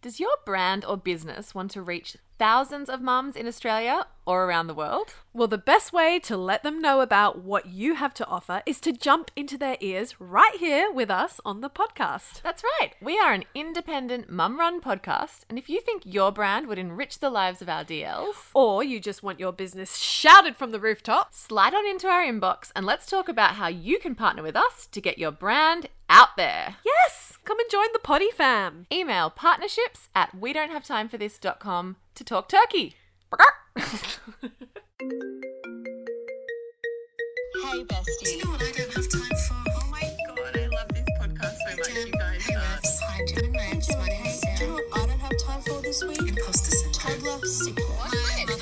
Does your brand or business want to reach thousands of mums in Australia or around the world? Well, the best way to let them know about what you have to offer is to jump into their ears right here with us on the podcast. That's right. We are an independent mum run podcast, and if you think your brand would enrich the lives of our DLs, Or you just want your business shouted from the rooftops. slide on into our inbox and let's talk about how you can partner with us to get your brand out there. Yes, come and join the potty fam. Email partnerships at we don't have time for this.com to talk turkey. Brrr. Hey, bestie. Do you know what I don't have time for? Oh my god, I love this podcast so much, you guys. Hey, are- Refs. Hi, Jen. My name's my name's Do you know Sarah. what I don't have time for this week? Imposter syndrome. Toddler sickness.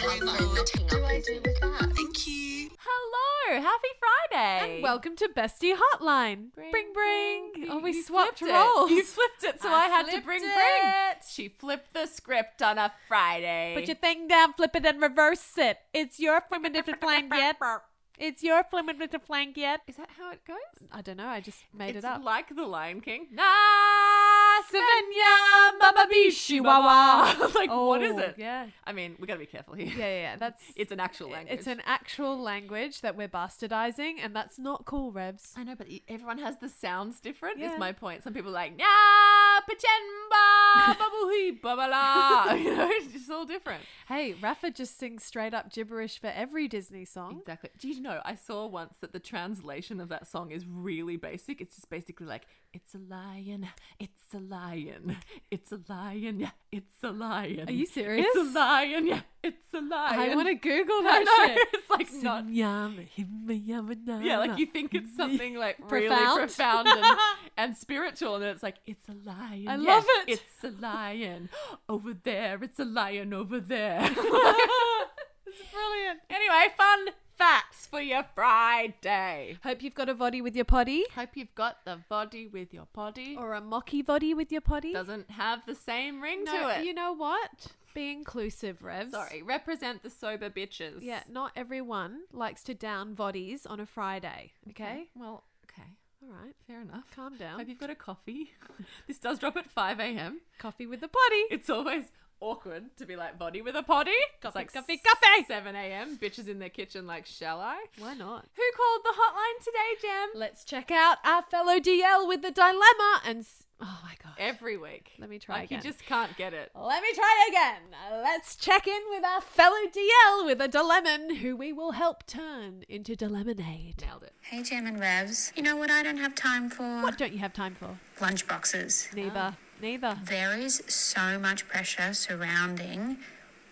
My mother What in do law. I do with that? Thank you. Hello, happy Friday. And welcome to Bestie Hotline. Bring, bring, bring. You- Oh, we you swapped flipped it. roles. You flipped it, so I, had to flipped bring it. bring. She flipped the script on a Friday. Put your thing down, flip it, and reverse it. It's your flimmerdiffer flank yet. It's your flimmerdiffer flank yet. is that how it goes? I don't know. I just made it's it up. like the Lion King. Ah, Savannah, Mama Bee, Chihuahua. like what is Oh, it? Yeah. I mean, we gotta be careful here. Yeah, yeah, yeah. That's It's an actual language. It's an actual language that we're bastardizing, and that's not cool, Revs. I know, but e- everyone has the sounds different. Yeah. Is my point. Some people are like nah, pachemba, babuhi, babala. you know, it's just all different. Hey, Rafa just sings straight up gibberish for every Disney song. Exactly. Do you know? I saw once that the translation of that song is really basic. It's just basically like, it's a lion, it's a lion, it's a lion, yeah, it's a lion. Are you serious? It's a lion, yeah, it's a lion. I want to Google I that know. shit. It's like not. Sinyama, himayama, Yeah, like nama. you think it's something like really Profound? profound and, and spiritual, and then it's like it's a lion. I yes, love it. It's a lion over there. It's a lion over there. It's brilliant. anyway, fun facts for your Friday. Hope you've got a body with your potty, Hope you've got the body with your body. or a mocky body with your potty. Doesn't have the same ring no, to it. you know what? Be inclusive, Revs. Sorry, represent the sober bitches. Yeah, not everyone likes to down bodies on a Friday. Okay, Okay. Well, okay. all right, Fair enough. calm Hope down. you've got a coffee. this does drop at 5 a.m. Coffee with the potty. It's always awkward to be like body with a potty. it's Coffee, like coffee, coffee. 7 a.m. Bitches in their kitchen. Like, shall I? Why not? Who called the hotline today, Jem? Let's check out our fellow DL with the dilemma and. S- oh my god. Every week. Let me try Like again. you just can't get it. Let me try again. Let's check in with our fellow DL with a dilemon who we will help turn into dilemonade. Nailed it. Hey, Jam and Revs. You know what I don't have time for? What don't you have time for? Lunch boxes. Um, Neither. Neither. There is so much pressure surrounding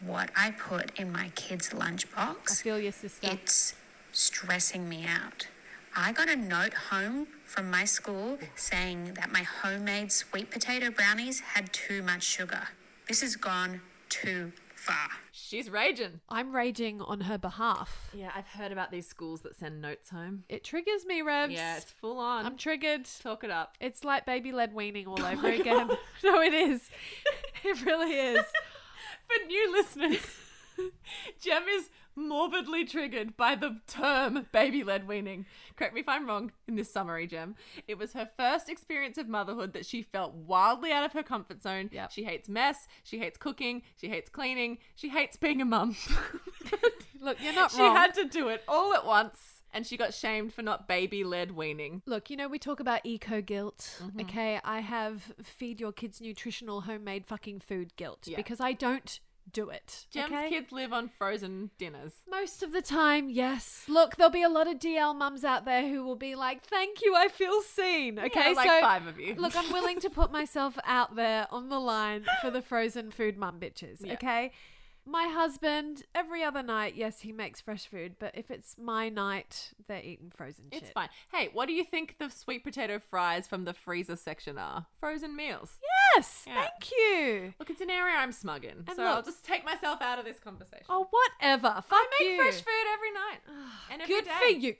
what I put in my kids' I lunchbox. feel your sister. It's stressing me out. I got a note home from my school saying that my homemade sweet potato brownies had too much sugar. This has gone too far. She's raging. I'm raging on her behalf. Yeah, I've heard about these schools that send notes home. It triggers me, Revs. Yeah, it's full on. I'm triggered. Talk it up. It's like baby led weaning all over Oh my again. God. No, it is. It really is. For new listeners, Jem is morbidly triggered by the term baby led weaning. Correct me if I'm wrong in this summary, Jem. It was her first experience of motherhood that she felt wildly out of her comfort zone. Yep. She hates mess, she hates cooking, she hates cleaning, she hates being a mum. Look, you're not she wrong. had to do it all at once, and she got shamed for not baby led weaning. Look, you know, we talk about eco guilt. Mm-hmm. Okay. I have feed your kids nutritional homemade fucking food guilt Yeah. because I don't do it. Jem's okay? kids live on frozen dinners. Most of the time, yes. Look, there'll be a lot of DL mums out there who will be like, "Thank you, I feel seen." Okay, like so five of you. look, I'm willing to put myself out there on the line for the frozen food mum bitches. Yeah. Okay, my husband every other night, yes, he makes fresh food, but if it's my night, they're eating frozen shit. It's fine. Hey, what do you think the sweet potato fries from the freezer section are? Frozen meals. Yes, Yeah. thank you. Look, it's an area I'm smug in, so I'll look- just take myself out of this conversation. Oh, whatever. Fuck I make you. fresh food every night and every Good day. for you.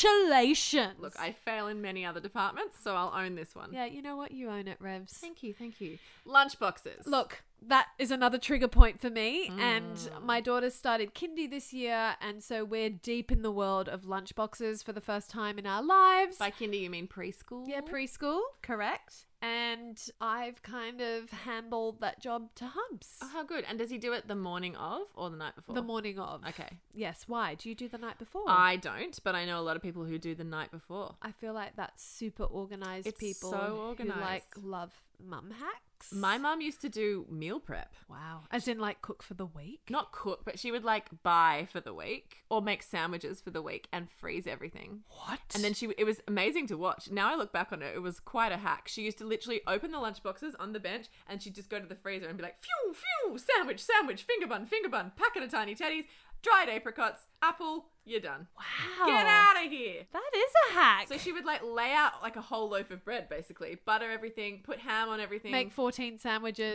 Congratulations. Look, I fail in many other departments, so I'll own this one. Yeah, you know what? You own it, Revs. Thank you, thank you. Lunch boxes. Look, that is another trigger point for me. And Mm. my daughter started kindy this year, and so we're deep in the world of lunchboxes for the first time in our lives. by kinder you mean preschool? yeah, preschool, correct. and I've kind of handballed that job to Hubs Oh, how good. And does he do it the morning of or the night before? the morning of. Okay. Yes. Why? Do you do the night before? I don't, but I know a lot of people who do the night before. I feel like that's super organized It's people so who like organised. love mum hacks. My mum used to do meal prep. wow, as in like cook for the week. Not cook, but she would like buy for the week or make sandwiches for the week and freeze everything. What? And then she, it was amazing to watch. Now I look back on it, it was quite a hack. She used to literally open the lunch boxes on the bench and she'd just go to the freezer and be like, phew, phew, sandwich, sandwich, finger bun, finger bun, packet of tiny teddies, dried apricots, apple, you're done. wow, Get out of here. That is a hack. So she would like lay out like a whole loaf of bread basically, butter everything, put ham on everything. make fourteen sandwiches.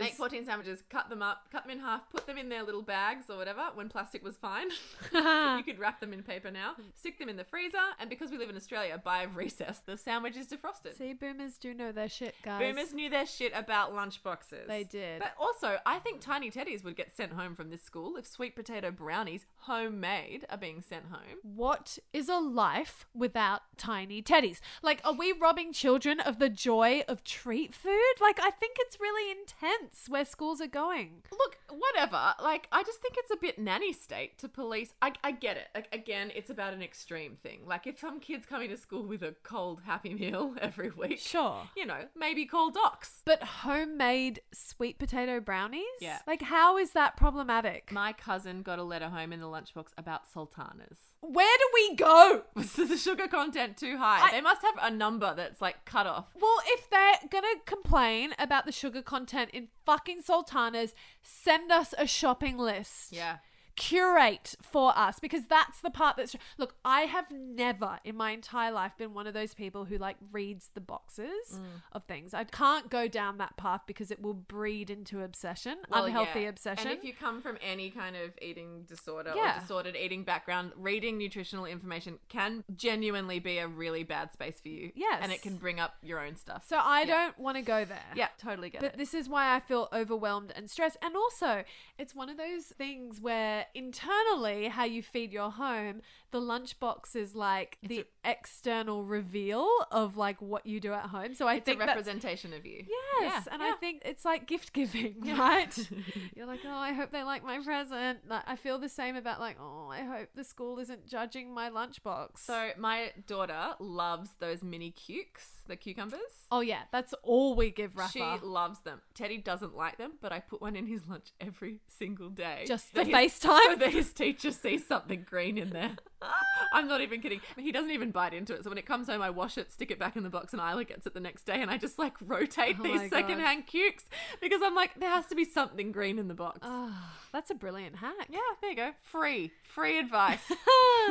Make 14 sandwiches, cut them up, cut them in half, put them in their little bags or whatever when plastic was fine. Ah. you could wrap them in paper now, stick them in the freezer, and because we live in Australia, by recess, the sandwich is defrosted. See, boomers do know their shit, guys. Boomers knew their shit about lunchboxes. They did. But also, I think tiny teddies would get sent home from this school if sweet potato brownies, homemade, are being sent home. What is a life without tiny teddies? Like, are we robbing children of the joy of treat food? Like, I think it's really intense where schools are going. Look, whatever. Like, I just think it's a bit nanny state to police. I, I get it. Like, again, it's about an extreme thing. Like, if some kid's coming to school with a cold Happy Meal every week, Sure. you know, maybe call docs. But homemade sweet potato brownies? Yeah. Like, how is that problematic? My cousin got a letter home in the lunchbox about sultanas. Where do we go? Was the sugar content too high? I- they must have a number that's like cut off. Well, if they're gonna complain about the sugar content in fucking sultanas, send us a shopping list. Yeah. curate for us because that's the part that's look i have never in my entire life been one of those people who like reads the boxes Mm. of things i can't go down that path because it will breed into obsession Well, unhealthy yeah. obsession And if you come from any kind of eating disorder Yeah. or disordered eating background, reading nutritional information can genuinely be a really bad space for you. Yes. And it can bring up your own stuff. so i Yeah. don't want to go there Yeah, totally get But it. this is why I feel overwhelmed and stressed. And also, it's one of those things where internally, how you feed your home, the lunchbox is like the external reveal of like what you do at home. So I It's a think that's- representation of you. Yes, and I think it's like gift giving, right? You're like, oh, I hope they like my present. Like, I feel the same about like, oh, I hope the school isn't judging my lunchbox. So my daughter loves those mini cukes, the cucumbers. oh yeah, that's all we give Rafa. She loves them. Teddy doesn't like them, but I put one in his lunch every single day. Just That for his- FaceTime? So that his teacher sees something green in there. I'm not even kidding. He doesn't even bite into it. So when it comes home, I wash it, stick it back in the box, and Isla gets it the next day. And I just like rotate Oh my these God. secondhand cukes because I'm like, there has to be something green in the box. Ah, that's a brilliant hack. Yeah, there you go. Free, free advice.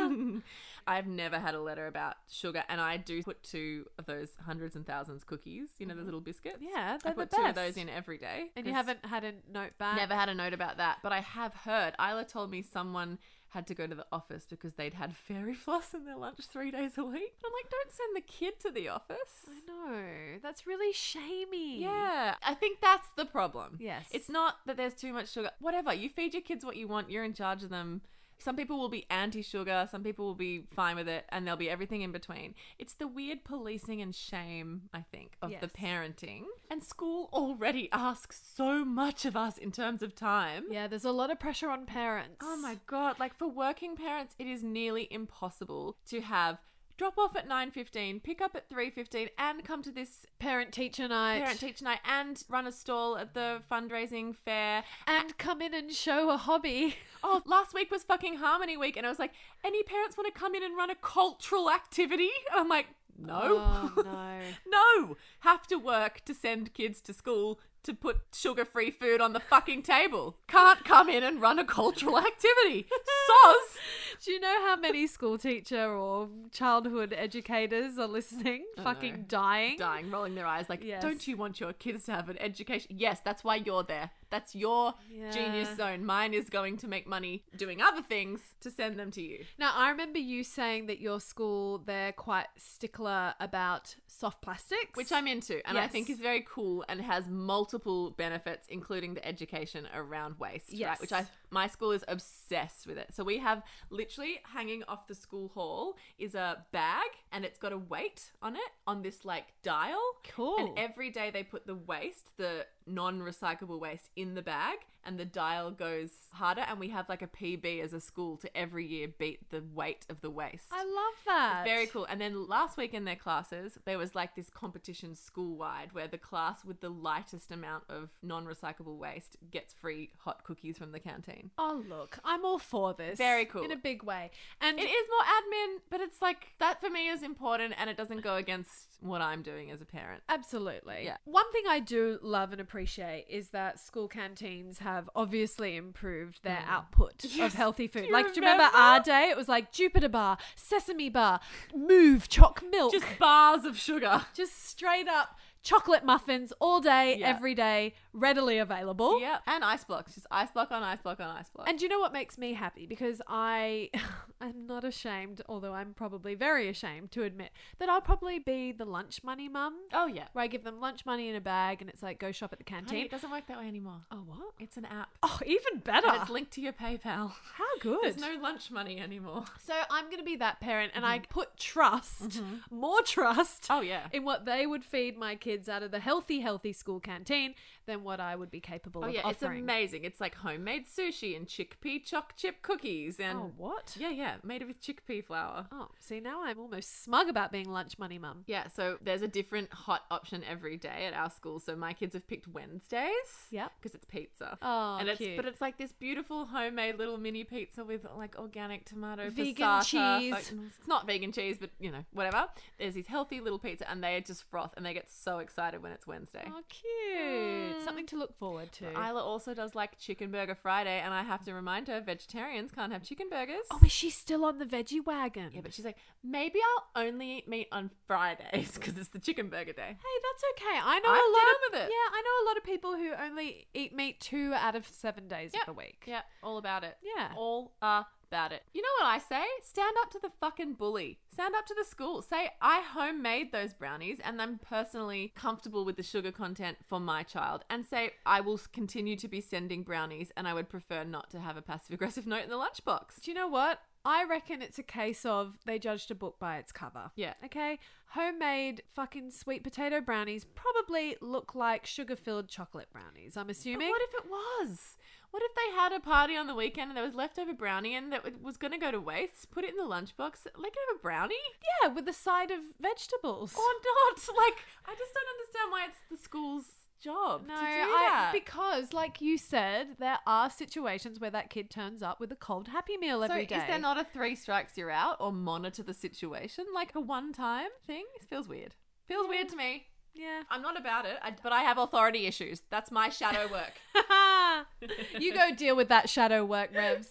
I've never had a letter about sugar, and I do put two of those hundreds and thousands cookies. You know, the little biscuits. Mm-hmm. Yeah, I they're the put two of best. those in every day. And you 'cause haven't uh, had a note back. never had a note about that, but I have heard. Isla told me someone had to go to the office because they'd had fairy floss in their lunch three days a week. I'm like, don't send the kid to the office. No, that's really shamey. Yeah, I think that's the problem. Mm. Yes. It's not that there's too much sugar. Whatever, you feed your kids what you want, you're in charge of them. Some people will be anti sugar, some people will be fine with it, and there'll be everything in between. It's the weird policing and shame, I think, of the Yes. parenting. And school already asks so much of us in terms of time. Yeah, there's a lot of pressure on parents. Oh my god, like for working parents it is nearly impossible to have drop off at 9:15, pick up at 3:15 and come to this Parent teacher night. parent teacher night and run a stall at the fundraising fair. and come in and show a hobby. Oh, last week was fucking Harmony Week, and I was like, any parents want to come in and run a cultural activity? And I'm like, no. Oh, no. no. Have to work to send kids to school to put sugar free food on the fucking table. Can't come in and run a cultural activity. Soz. Do you know how many school teacher or childhood educators are listening? Fucking no. dying. Dying, rolling their eyes like, Yes. don't you want your kids to have an education? Yes, that's why you're there. That's your Yeah. genius zone. Mine is going to make money doing other things to send them to you. Now I remember you saying that your school they're quite stickler about soft plastics, Which I'm into and I think Yes. is very cool and has multiple benefits, including the education around waste. Yes. Right? Which I my school is obsessed with it. So we have literally hanging off the school hall is a bag and it's got a weight on it on this like dial. Cool. And every day they put the waste, the non-recyclable waste, in the bag, and the dial goes harder. And we have like a PB as a school to every year beat the weight of the waste. I love that. Very cool. And then last week in their classes, there was like this competition school wide where the class with the lightest amount of non recyclable waste gets free hot cookies from the canteen. Oh look, I'm all for this. Very cool. In a big way. And It is more admin, but it's like that for me is important and it doesn't go against what I'm doing as a parent. Absolutely. Yeah. One thing I do love and appreciate is that school canteens have obviously improved their output of healthy food. Mm. you like, do you remember our remember? day? It was like Jupiter Bar, Sesame Bar, Move, Choc Milk. Just Just, bars of sugar. straight up chocolate muffins all day, Yeah. every day, readily available. Yeah. And ice blocks. Just ice block on ice block on ice block. And do you know what makes me happy? Because I, I'm not ashamed, although I'm probably very ashamed to admit that I'll probably be the lunch money mum. oh, yeah. Where I give them lunch money in a bag, and it's like go shop at the Honey, canteen. it doesn't work that way anymore. Oh what? It's an app. Oh, even better. And it's linked to your PayPal. How good. There's no lunch money anymore. so I'm going to be that parent, and I put trust, more trust. Mm-hmm. Oh, yeah. In what they would feed my kids out of the healthy, healthy school canteen than what I would be capable Oh of yeah, it's offering. amazing. It's like homemade sushi and chickpea choc chip cookies and Oh what? yeah, yeah, made with chickpea flour. Oh, see now I'm almost smug about being lunch money mum. Yeah, so there's a different hot option every day at our school. So my kids have picked Wednesdays. Yep. Because it's pizza. Oh, and it's cute. but it's like this beautiful homemade little mini pizza with like organic tomato, Vegan passata, cheese. like- mm, it's not vegan cheese, but you know whatever. There's these healthy little pizza, and they just froth, and they get so excited when it's Wednesday. Oh, cute. Something Mm. to look forward to. Isla also does like Chicken Burger Friday, and I have to remind her vegetarians can't have chicken burgers. oh, is she still on the veggie wagon? Yeah, but she's like, maybe I'll only eat meat on Fridays because it's the chicken burger day. Hey, that's okay. I know I'm a lot down of with it. Yeah, I know a lot of people who only eat meat two out of seven days of the week. Yeah, all about it. Yeah. All about it. You know what I say? Stand up to the fucking bully. Stand up to the school. Say, I homemade those brownies and I'm personally comfortable with the sugar content for my child. And say, I will continue to be sending brownies and I would prefer not to have a passive aggressive note in the lunchbox. Do you know what? I reckon it's a case of they judged a book by its cover. Yeah. Okay. Homemade fucking sweet potato brownies probably look like sugar filled chocolate brownies, I'm But assuming. what if it was? What if they had a party on the weekend and there was leftover brownie and that it was going to go to waste? Put it in the lunchbox. Like, have a brownie? yeah, with a side of vegetables. Or not? Like, I just don't understand why it's the school's job no, to do I, that. because like you said, there are situations where that kid turns up with a cold happy meal so every day. is there not a three strikes you're out or monitor the situation like a one time thing? It feels weird. Feels weird to me. Yeah. I'm not about it, I, but I have authority issues. That's my shadow work. you go deal with that shadow work, Revs.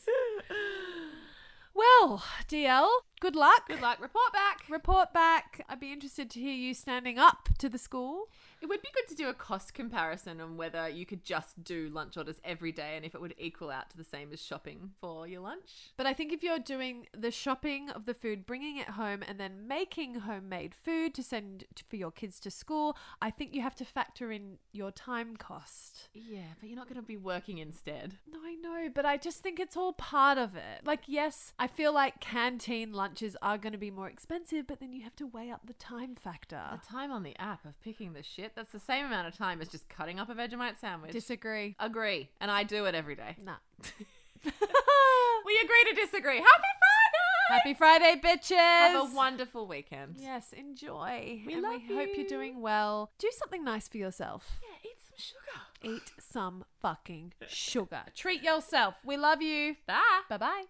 Well, DL, good luck. Good luck. Report back. Report back. I'd be interested to hear you standing up to the school. It would be good to do a cost comparison on whether you could just do lunch orders every day and if it would equal out to the same as shopping for your lunch. But I think if you're doing the shopping of the food, bringing it home, and then making homemade food to send t- for your kids to school, I think you have to factor in your time cost. Yeah, but you're not going to be working instead. No, I know, but I just think it's all part of it. Like, yes, I feel like canteen lunches are going to be more expensive, but then you have to weigh up the time factor. The time on the app of picking the shit, that's the same amount of time as just cutting up a Vegemite sandwich. Disagree. Agree. And I do it every day. Nah. We agree to disagree. Happy Friday! Happy Friday, bitches. Have a wonderful weekend. Yes, enjoy. We and love we hope you're you. doing well. Do something nice for yourself. Yeah, eat some sugar. Eat some fucking sugar. Treat yourself. We love you. Bye. Bye bye.